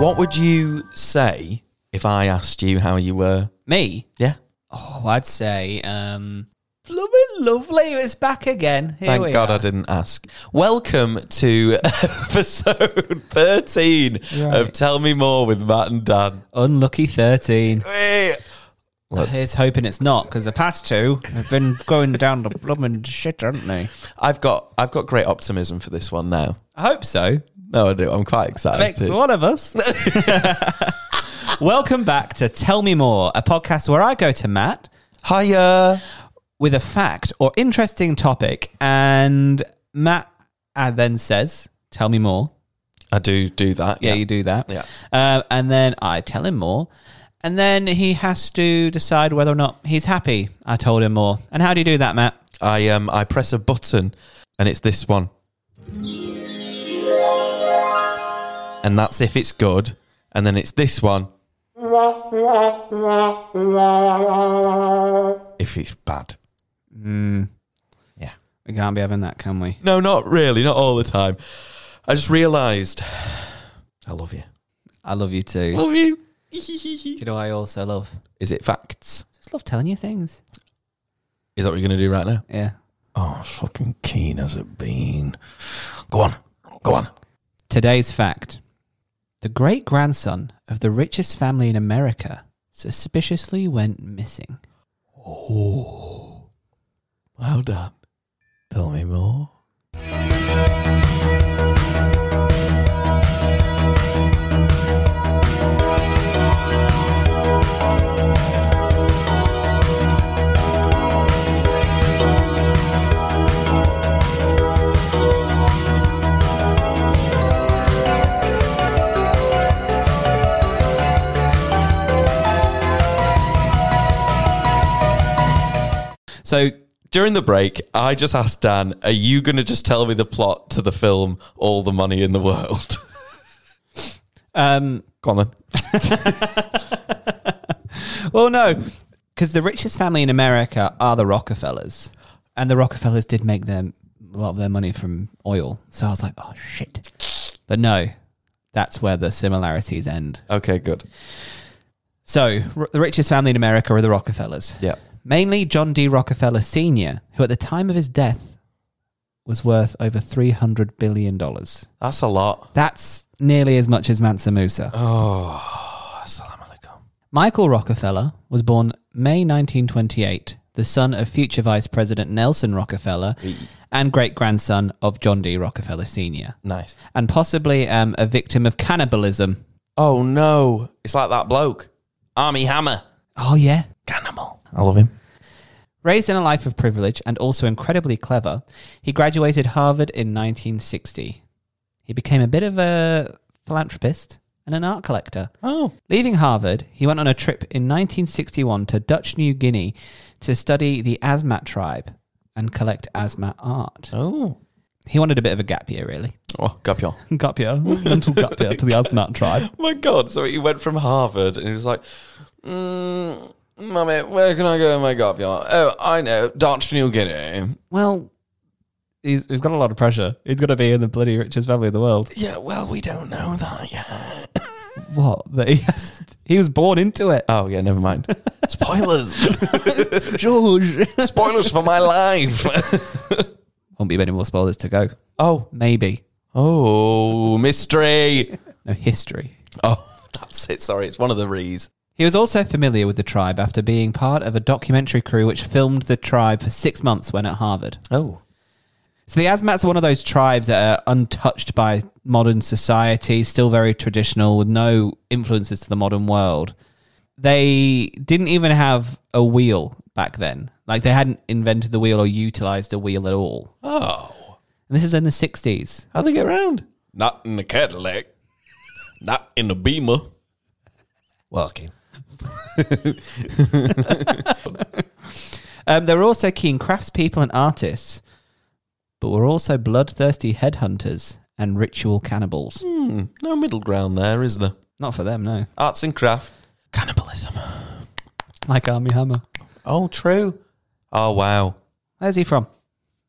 What would you say if I asked you how you were? Me? Yeah. Oh, I'd say, um, lovely, lovely. It's back again. Here Thank we God are. I didn't ask. Welcome to episode 13 of Right. Tell Me More with Matt and Dan. Unlucky 13. Look, Here's hoping it's not, because the past two have been going down the blooming shit, haven't they? I've got I've got great optimism for this one now. I hope so. No, I do. I'm quite excited. Makes one of us. Welcome back to Tell Me More, a podcast where I go to Matt Hiya. with a fact or interesting topic, and Matt uh, then says, Tell me more. I do do that. Yeah, you do that. Yeah. Uh, and then I tell him more. And then he has to decide whether or not he's happy. I told him more. And how do you do that, Matt? I um I press a button and it's this one. And that's if it's good. And then it's this one. If it's bad. Hmm. Yeah. We can't be having that, can we? No, not really, not all the time. I just realised I love you. I love you too. Love you. You know, I also love. Is it facts? Just love telling you things. Is that what you're gonna do right now? Yeah. Oh fucking keen as a bean. Go on. Go on. Today's fact the great grandson of the richest family in America suspiciously went missing. Oh. Well done. Tell me more. So, During the break, I just asked Dan, are you going to just tell me the plot to the film All the Money in the World? um, Go on then. well, no, because the richest family in America are the Rockefellers, and the Rockefellers did make them a lot of their money from oil. So I was like, oh shit, but no, that's where the similarities end. Okay, good. So r- the richest family in America are the Rockefellers, Yeah. mainly John D. Rockefeller Senior, who at the time of his death was worth over three hundred billion dollars. That's a lot. That's nearly as much as Mansa Musa. Oh, assalamu alaikum. Michael Rockefeller was born May 1928, the son of future Vice President Nelson Rockefeller and great grandson of John D. Rockefeller Sr., Nice. and possibly um, a victim of cannibalism. Oh, no. It's like that bloke. Army Hammer. Oh, yeah. Cannibal. I love him. Raised in a life of privilege and also incredibly clever, he graduated Harvard in 1960. He became a bit of a philanthropist and an art collector. Oh. Leaving Harvard, he went on a trip in 1961 to Dutch New Guinea to study the Asmat tribe and collect Asmat art. Oh. He wanted a bit of a gap year, really. Oh, Gapion. Gap year, mental gap year to the Asmat tribe. Oh my God. So he went from Harvard and he was like, mm, Mummy, where can I go in my Gapion? Oh, I know. Dutch New Guinea. Well, he's, he's got a lot of pressure. He's going to be in the bloody richest family in the world. Yeah, well, we don't know that yet. What? That he, has he was born into it. Oh yeah, never mind. Spoilers. George. Spoilers for my life. Won't be many more spoilers to go. oh. Maybe. Oh, mystery. No, history. Oh, that's it. Sorry, it's one of the rees. He was also familiar with the tribe after being part of a documentary crew which filmed the tribe for six months when at Harvard. Oh. So the Asmats are one of those tribes that are untouched by modern society, still very traditional, with no influences to the modern world. They didn't even have a wheel back then. Like they hadn't invented the wheel or utilized a wheel at all. Oh. And this is in the 60s. How'd they get round? Not in the Cadillac. Not in the Beamer. Walking. Um, they were also keen craftspeople and artists, but were also bloodthirsty headhunters and ritual cannibals. Hmm. No middle ground there, is there? Not for them, no. Arts and craft. Cannibalism. Like Army Hammer. Oh, true. Oh, wow. Where's he from?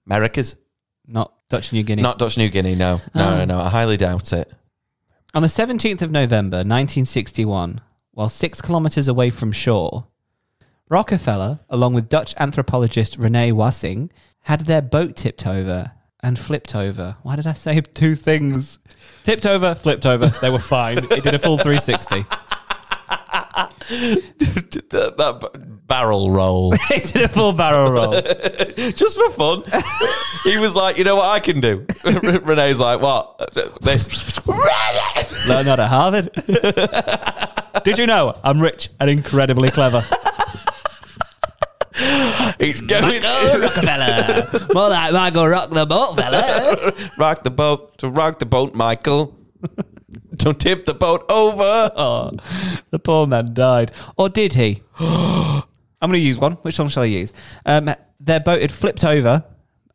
America's. Not Dutch New Guinea. Oh. Not Dutch New Guinea, no. No, no, no. I highly doubt it. On the 17th of November 1961, while six kilometers away from shore, Rockefeller, along with Dutch anthropologist Rene Wassing, had their boat tipped over and flipped over. Why did I say two things? Tipped over, flipped over. They were fine. It did a full 360. Did that, that b- barrel roll it did a full barrel roll. just for fun. he was like, you know what I can do. R- Renee's like, what? This. Learn that at Harvard. did you know I'm rich and incredibly clever? It's going. Rockefeller. More like Michael Rock the boat, fella. rock the boat to rock the boat, Michael. Don't tip the boat over. Oh, the poor man died. Or did he? I'm going to use one. Which one shall I use? Um, their boat had flipped over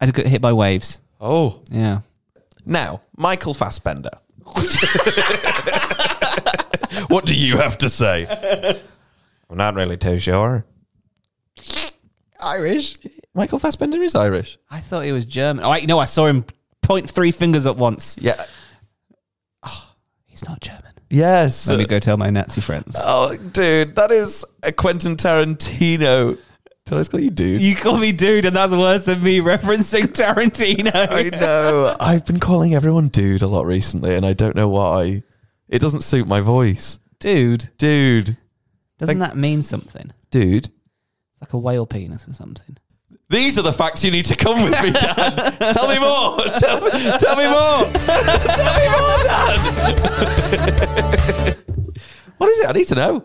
and got hit by waves. Oh, Yeah. now Michael Fassbender. what do you have to say? I'm not really too sure. Irish? Michael Fassbender is Irish. I thought he was German. Oh, wait, no, I saw him point three fingers at once. Yeah. He's not German. Yes. Let me go tell my Nazi friends. Oh, dude, that is a Quentin Tarantino. Did I just call you dude? You call me dude, and that's worse than me referencing I Tarantino. know. I've been calling everyone dude a lot recently, and I don't know why. It doesn't suit my voice. Dude. Dude. Doesn't that mean something? Dude. It's like a whale penis or something. These are the facts you need to come with me, Dan. tell me more. Tell, tell me more. tell me more, Dan. what is it? I need to know.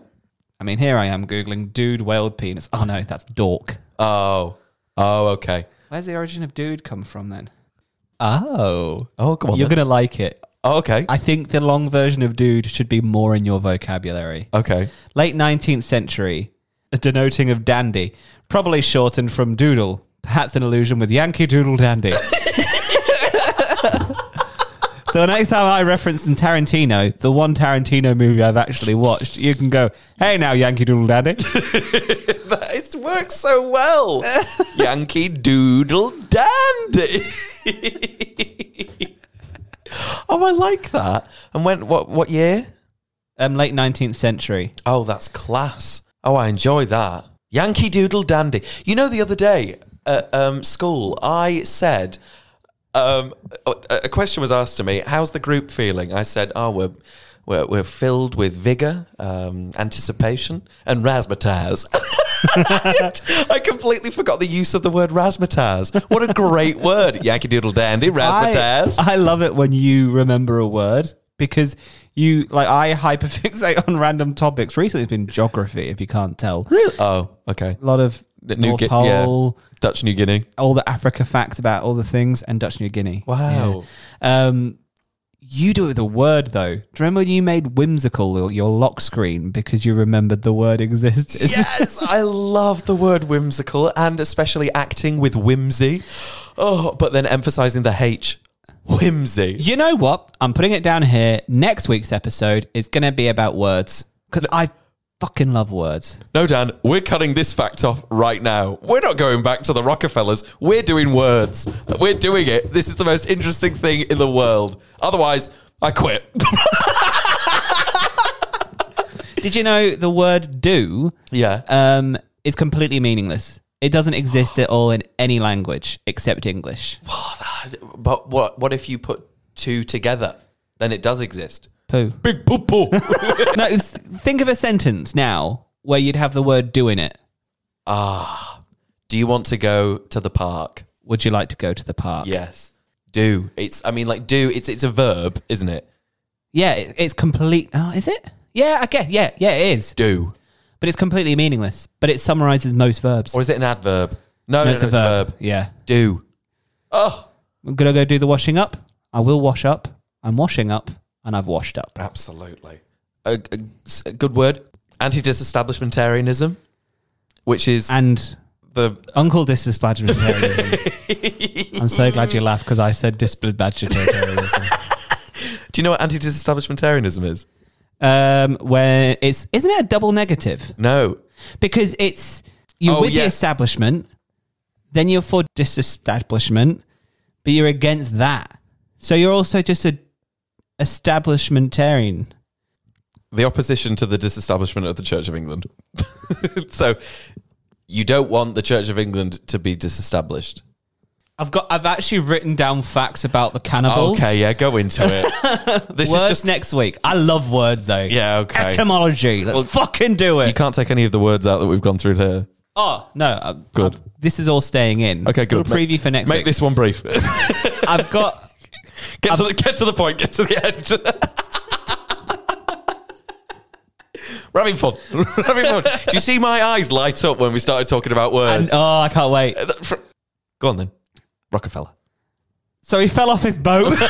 I mean, here I am Googling dude whale penis. Oh, no, that's dork. Oh. Oh, okay. Where's the origin of dude come from then? Oh. Oh, come on. You're then. going to like it. Oh, okay. I think the long version of dude should be more in your vocabulary. okay. Late 19th century, a denoting of dandy, probably shortened from doodle, perhaps an illusion with Yankee Doodle Dandy. so the next time I reference in Tarantino, the one Tarantino movie I've actually watched, you can go, hey now, Yankee Doodle Dandy. That is, works so well. Yankee Doodle Dandy. oh, I like that. And when, what, what year? um, late 19th century. Oh, that's class. Oh, I enjoy that. Yankee Doodle Dandy. You know, the other day at um, school, I said, um, a, a question was asked to me, how's the group feeling? I said, oh, we're, we're, we're filled with vigour, um, anticipation, and razzmatazz. I completely forgot the use of the word razzmatazz. What a great word. Yankee Doodle Dandy, razzmatazz. I, I love it when you remember a word because you like I hyperfixate on random topics. Recently, it's been geography. If you can't tell, really? Oh, okay. a lot of The New North Gui- yeah. Pole, Dutch New Guinea. all the Africa facts about all the things, and Dutch New Guinea. Wow. Yeah. Um, you do it with a word though. Do you remember when you made whimsical your- your lock screen because you remembered the word existed? Yes, I love the word whimsical and especially acting with whimsy. Oh, but then emphasizing the H. Whimsy. You know what? I'm putting it down here. Next week's episode is going to be about words because I fucking love words. No, Dan, we're cutting this fact off right now. We're not going back to the Rockefellers. We're doing words. We're doing it. This is the most interesting thing in the world. Otherwise, I quit. Did you know the word do yeah. um, is completely meaningless? It doesn't exist at all in any language except English. But what what if you put two together? Then it does exist. Poo. Big poo poo. no, s- think of a sentence now where you'd have the word do in it. Ah. Do you want to go to the park? Would you like to go to the park? Yes. Do. It's I mean like do it's it's a verb, isn't it? Yeah, it, it's complete. Oh, is it? Yeah, I guess. Yeah, yeah, it is. Do. But it's completely meaningless. But it summarizes most verbs. Or is it an adverb? No, no, no, it's a verb. Yeah. Do. Oh. I'm going to go do the washing up. I will wash up. I'm washing up and I've washed up. Absolutely. A, a- s- a good word. Anti disestablishmentarianism, which is And the. Uncle disespadgetarianism. I'm so glad you laughed because I said disespadgetarianism. Do you know what anti disestablishmentarianism is? um, where it's isn't it a double negative No. because it's you're Oh, with the yes. establishment, then you're for disestablishment, but you're against that. So you're also just a establishmentarian. the opposition to the disestablishment of the Church of England. so you don't want the Church of England to be disestablished. I've got. I've actually written down facts about the cannibals. Okay, yeah, go into it. This words is just next week. I love words though. Yeah, okay. Etymology. Let's fucking do you it. can't take any of the words out that we've gone through here. Oh no. I'm- Good. I'm- this is all staying in. Okay, good. Little preview Make- for next Make week. this one brief. I've got. get to the get to the point. Get to the end. We're having fun. We're having fun. Do you see my eyes light up when we started talking about And, words? oh, I can't wait. uh, Go on then, Rockefeller. So he fell off his boat.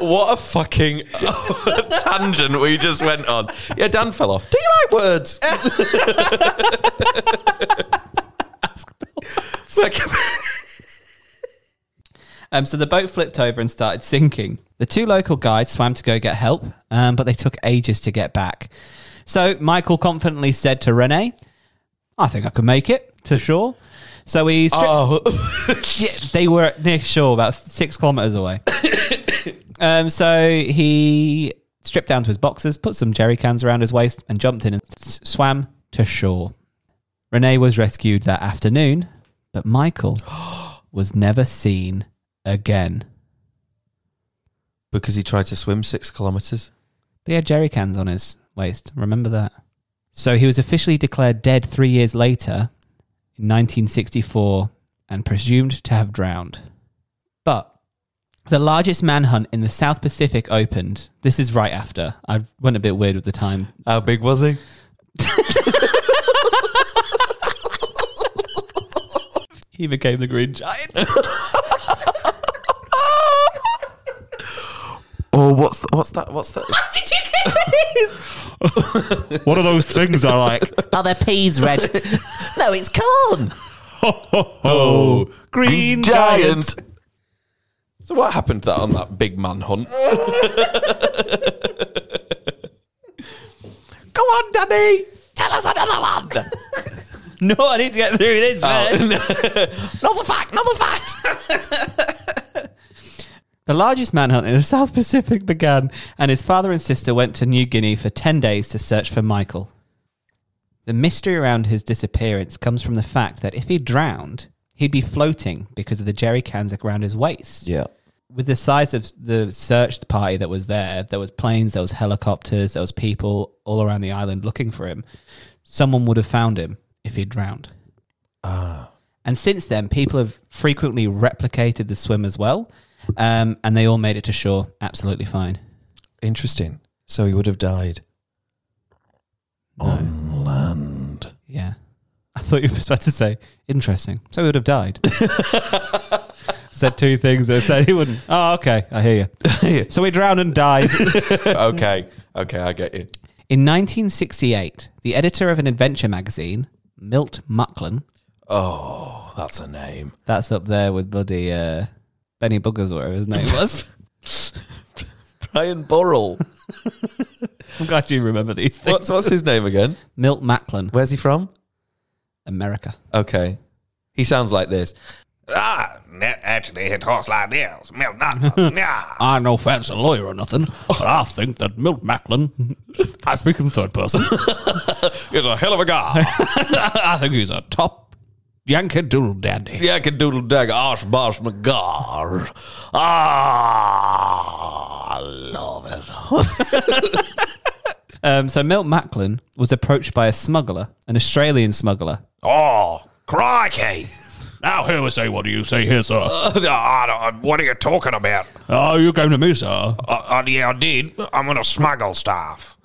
What a fucking tangent we just went on. Yeah, Dan fell off. Do you like words? So- Um, so the boat flipped over and started sinking. The two local guides swam to go get help, um, but they took ages to get back. So Michael confidently said to Renee, I think I could make it to shore. So we stripped. oh, Yeah, they were near shore, about six kilometers away. um, so he stripped down to his boxes, put some jerry cans around his waist, and jumped in and s- swam to shore. Renee was rescued that afternoon, but Michael was never seen again. because he tried to swim six kilometers. But he had jerry cans on his waist. Remember that. So he was officially declared dead three years later in 1964 and presumed to have drowned. But the largest manhunt in the South Pacific opened. This is right after. I went a bit weird with the time. How big was he? He became the Green Giant. Oh, what's th- what's that? What's that? What are those things I like? Are their peas red? no, it's corn. Oh, Green giant. So what happened to that on that big man hunt? Go on, Danny. Tell us another one. Oh, No, I need to get through this. first. not the fact. Not the fact. The largest manhunt in the South Pacific began, and his father and sister went to New Guinea for 10 days to search for Michael. The mystery around his disappearance comes from the fact that if he drowned, he'd be floating because of the jerry cans around his waist. Yeah. With the size of the search party that was there, there was planes, there was helicopters, there was people all around the island looking for him. Someone would have found him if he'd drowned. Ah, And since then, people have frequently replicated the swim as well, um, and they all made it to shore absolutely fine. Interesting. So he would have died on land. Yeah, I thought you were about to say interesting. So he would have died. said two things and said he wouldn't. Oh, okay, I hear you. so he drowned and died. okay. Okay, I get you. In 1968, the editor of an adventure magazine, Milt Macklin, Oh, that's a name. that's up there with bloody uh, Benny Buggers, or whatever his name was. Brian Burrell. I'm glad you remember these things. What's what's his name again? Milt Macklin, Where's he from? America. Okay. He sounds like this. Ah, that actually hit horse like this. Milk not. Yeah. I'm no fancy lawyer or nothing, but I think that Milt Macklin, I speak in third person, He's a hell of a guy. I think he's a top Yankee doodle dandy. Yakin doodle dag ash bosh magar. Ah, I love it. Um, so Milt Macklin was approached by a smuggler, an Australian smuggler. Oh, crikey. Now, here we say, what do you say here, sir? Uh, I don't- what are you talking about? oh, you came to me, sir. Uh, uh, yeah, I did. I'm going to smuggle stuff.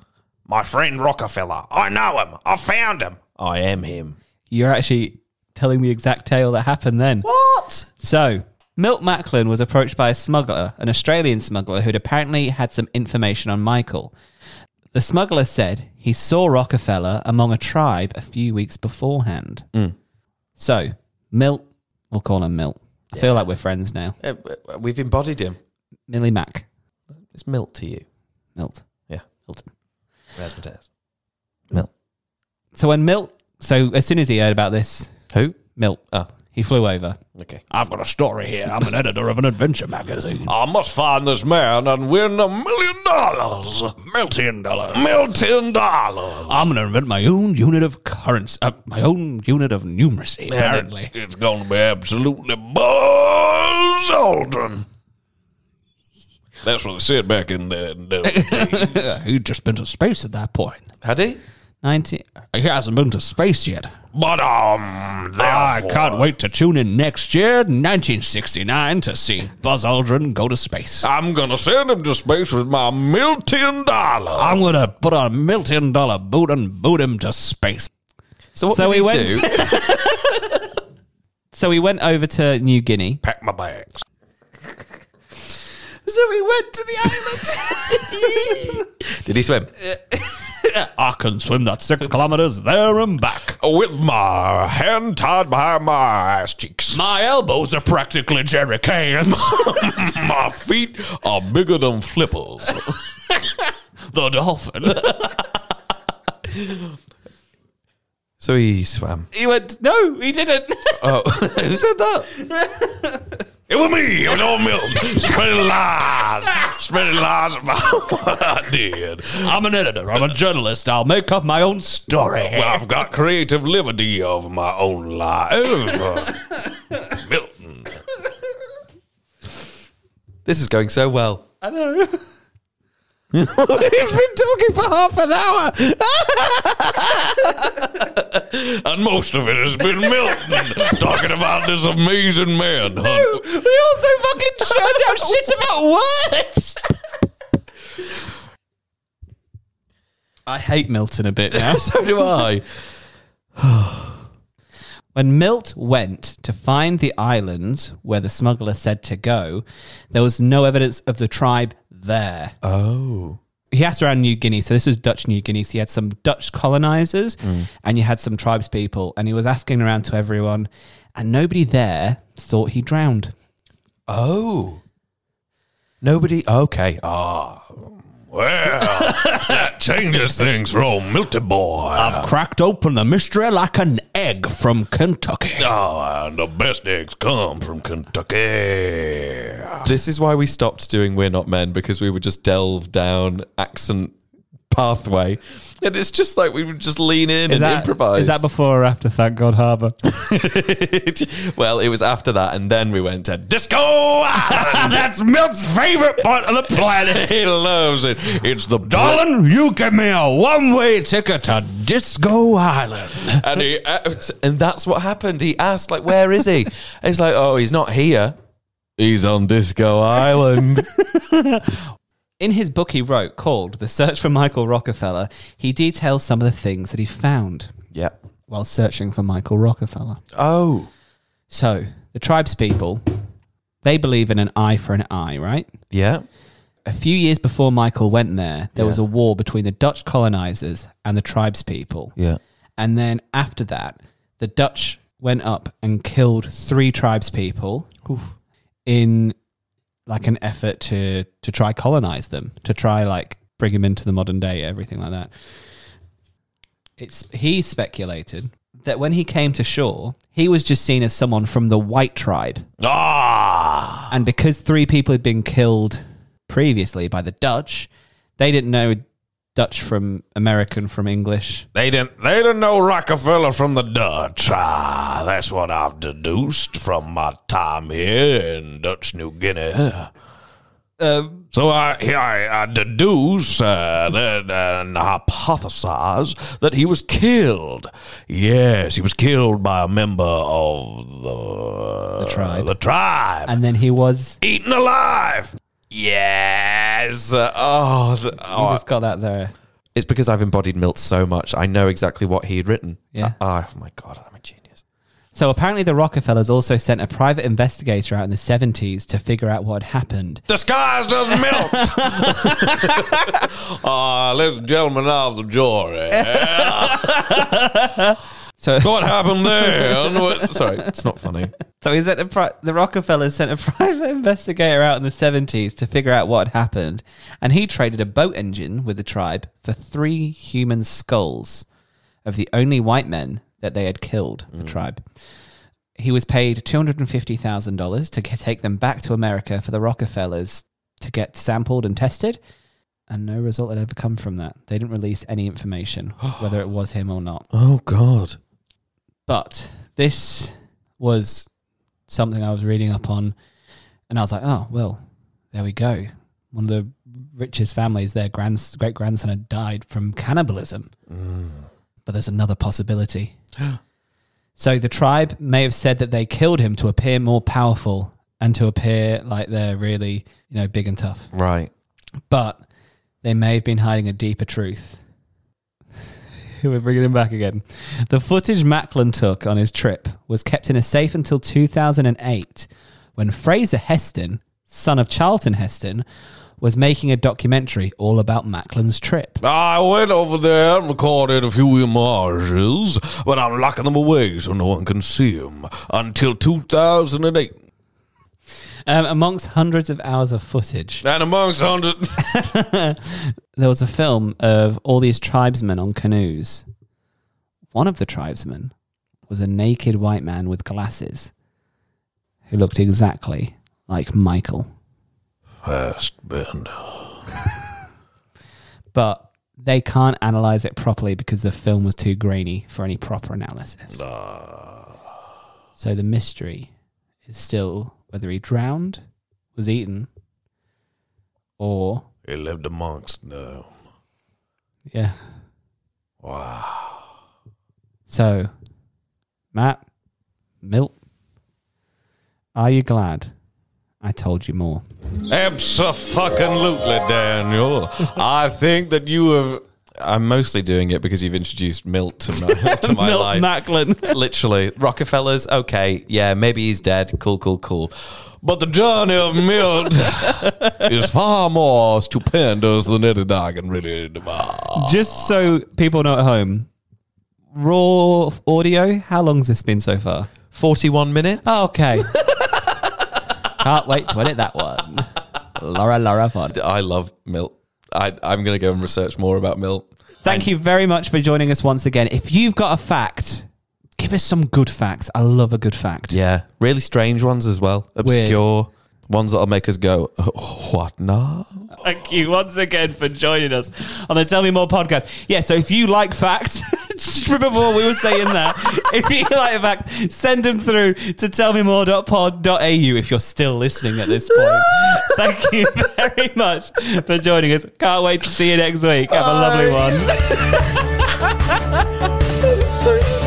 My friend Rockefeller. I know him. I found him. I am him. You're actually telling the exact tale that happened then. What? So, Milt Macklin was approached by a smuggler, an Australian smuggler, who'd apparently had some information on Michael. The smuggler said he saw Rockefeller among a tribe a few weeks beforehand. Hmm. So, Milt, we'll call him Milt. I feel like we're friends now. Uh, We've embodied him. Millie Mac. It's milk to you. Milt. Yeah. Milt. Where's my test? Milk. So, when Milt, so as soon as he heard about this, Who? Milt, Ah. He flew over. Okay. I've got a story here. I'm an editor of an adventure magazine. I must find this man and win a million dollars. Million dollars. Million dollars. I'm gonna invent my own unit of currency, uh, my own unit of numeracy. Apparently, It's going to be absolutely Buzz Aldrin. That's what they said back in the, the he'd just been to space at that point. Had he? 90. He hasn't been to space yet. But, um, I therefore, can't wait to tune in next year, 1969, to see Buzz Aldrin go to space. I'm going to send him to space with my million dollars. I'm gonna put a million dollar boot and boot him to space. So what So did he he went- do? So he went over to New Guinea. Pack my bags. So he went to the island. Did he swim? I can swim that six kilometers there and back. With my hand tied behind my ass cheeks. My elbows are practically jerry cans. My feet are bigger than flippers. the dolphin. So he swam. he went, no, he didn't. Oh, who said that? It was me. It was all Milton. Spreading lies. Spreading lies about what I did. I'm an editor. I'm a journalist. I'll make up my own story. Well, I've got creative liberty over my own life. Milton. This is going so well. I know. He's been talking for half an hour. And most of it has been Milton talking about this amazing man. We also fucking showed down shit about words. I hate Milton a bit now. so do I. When Milt went to find the island where the smuggler said to go, there was no evidence of the tribe there. Oh. He asked around New Guinea, so this was Dutch New Guinea. So you had some Dutch colonizers and you had some tribes people, and he was asking around to everyone, and nobody there thought he drowned. Oh. Nobody. Okay. Oh. Well, that changes things for old Milton boy. I've cracked open the mystery like an egg from Kentucky. Oh, and the best eggs come from Kentucky. This is why we stopped doing We're Not Men because we would just delve down accent pathway. And it's just like we would just lean in and improvise. Is that before or after Thank God Harbour? well, it was after that, and then we went to Disco Island. That's Milt's favorite part of the planet. He loves it. It's the darling. Darling, you give me a one way ticket to Disco Island. and he, uh, and that's what happened. He asked, like, where is he? And he's like, oh, he's not here. He's on Disco Island. In his book he wrote called The Search for Michael Rockefeller, he details some of the things that he found yeah. while searching for Michael Rockefeller. Oh. So, the tribes people, they believe in an eye for an eye, right? Yeah. A few years before Michael went there, there was Yeah. a war between the Dutch colonizers and the tribes people. Yeah. And then after that, the Dutch went up and killed three tribes people in like an effort to to try colonize them, to try like bring them into the modern day, everything like that. It's he speculated that when he came to shore, he was just seen as someone from the white tribe. Ah. And because three people had been killed previously by the Dutch, they didn't know Dutch from American from English. They didn't. They didn't know Rockefeller from the Dutch. Ah, that's what I've deduced from my time here in Dutch New Guinea. Um, so I, here I, I deduce uh, that, and hypothesize that he was killed. Yes, he was killed by a member of the, The tribe. The tribe, And then he was eaten alive. Yes. Oh, th- You oh just got that there. It's because I've embodied Milt so much. I know exactly what he had written. Yeah. Ah, oh my god, I'm a genius. So apparently, the Rockefellers also sent a private investigator out in the 70s to figure out what had happened. disguised as milk. Ah, ladies and gentlemen of the jury, So, what happened then? was- Sorry, it's not funny. so he sent a pri- the Rockefellers sent a private investigator out in the 70s to figure out what had happened, and he traded a boat engine with the tribe for three human skulls of the only white men that they had killed. The tribe. He was paid $250,000 to get, take them back to America for the Rockefellers to get sampled and tested. And no result had ever come from that. They didn't release any information, whether it was him or not. Oh God. But this was something I was reading up on, and I was like, oh, well, there we go. One of the richest families, their grand, great grandson had died from cannibalism. But there's another possibility. so the tribe may have said that they killed him to appear more powerful and to appear like they're really, you know, big and tough Right. but they may have been hiding a deeper truth. We're bringing him back again. The footage Macklin took on his trip was kept in a safe until 2008 when Fraser Heston, son of Charlton Heston, was making a documentary all about Macklin's trip. I went over there and recorded a few images, but I'm locking them away so no one can see them until 2008. Um, amongst hundreds of hours of footage, And amongst hundred, there was a film of all these tribesmen on canoes. One of the tribesmen was a naked white man with glasses who looked exactly like Michael. fast bend. But they can't analyze it properly because the film was too grainy for any proper analysis. So the mystery is still whether he drowned, was eaten, or, He lived amongst them. yeah. Wow. So, Matt, Milt, are you glad I told you more? Absolutely, Daniel. I think that you have. I'm mostly doing it because you've introduced Milt to my, to my life. Macklin. Literally, Rockefellers. Okay, yeah, maybe he's dead. Cool, cool, cool. But the journey of Milt is far more stupendous than any dog can really demand. Just so people know at home, raw audio, how long's this been so far? 41 minutes. Oh, Okay. Can't wait to edit that one. Laura, Laura, Vod. I love Milt. I, I'm going to go and research more about Milt. Thank you very much for joining us once again. If you've got a fact, give us some good facts. I love a good fact. Yeah, really strange ones as well. Obscure ones that'll make us go, "Oh, what now? Thank you once again for joining us on the Tell Me More podcast. Yeah, so if you like facts, just remember what we were saying there. if you like facts, send them through to tellmemore.pod.au if you're still listening at this point. Thank you very much for joining us. Can't wait to see you next week. Have a lovely one. So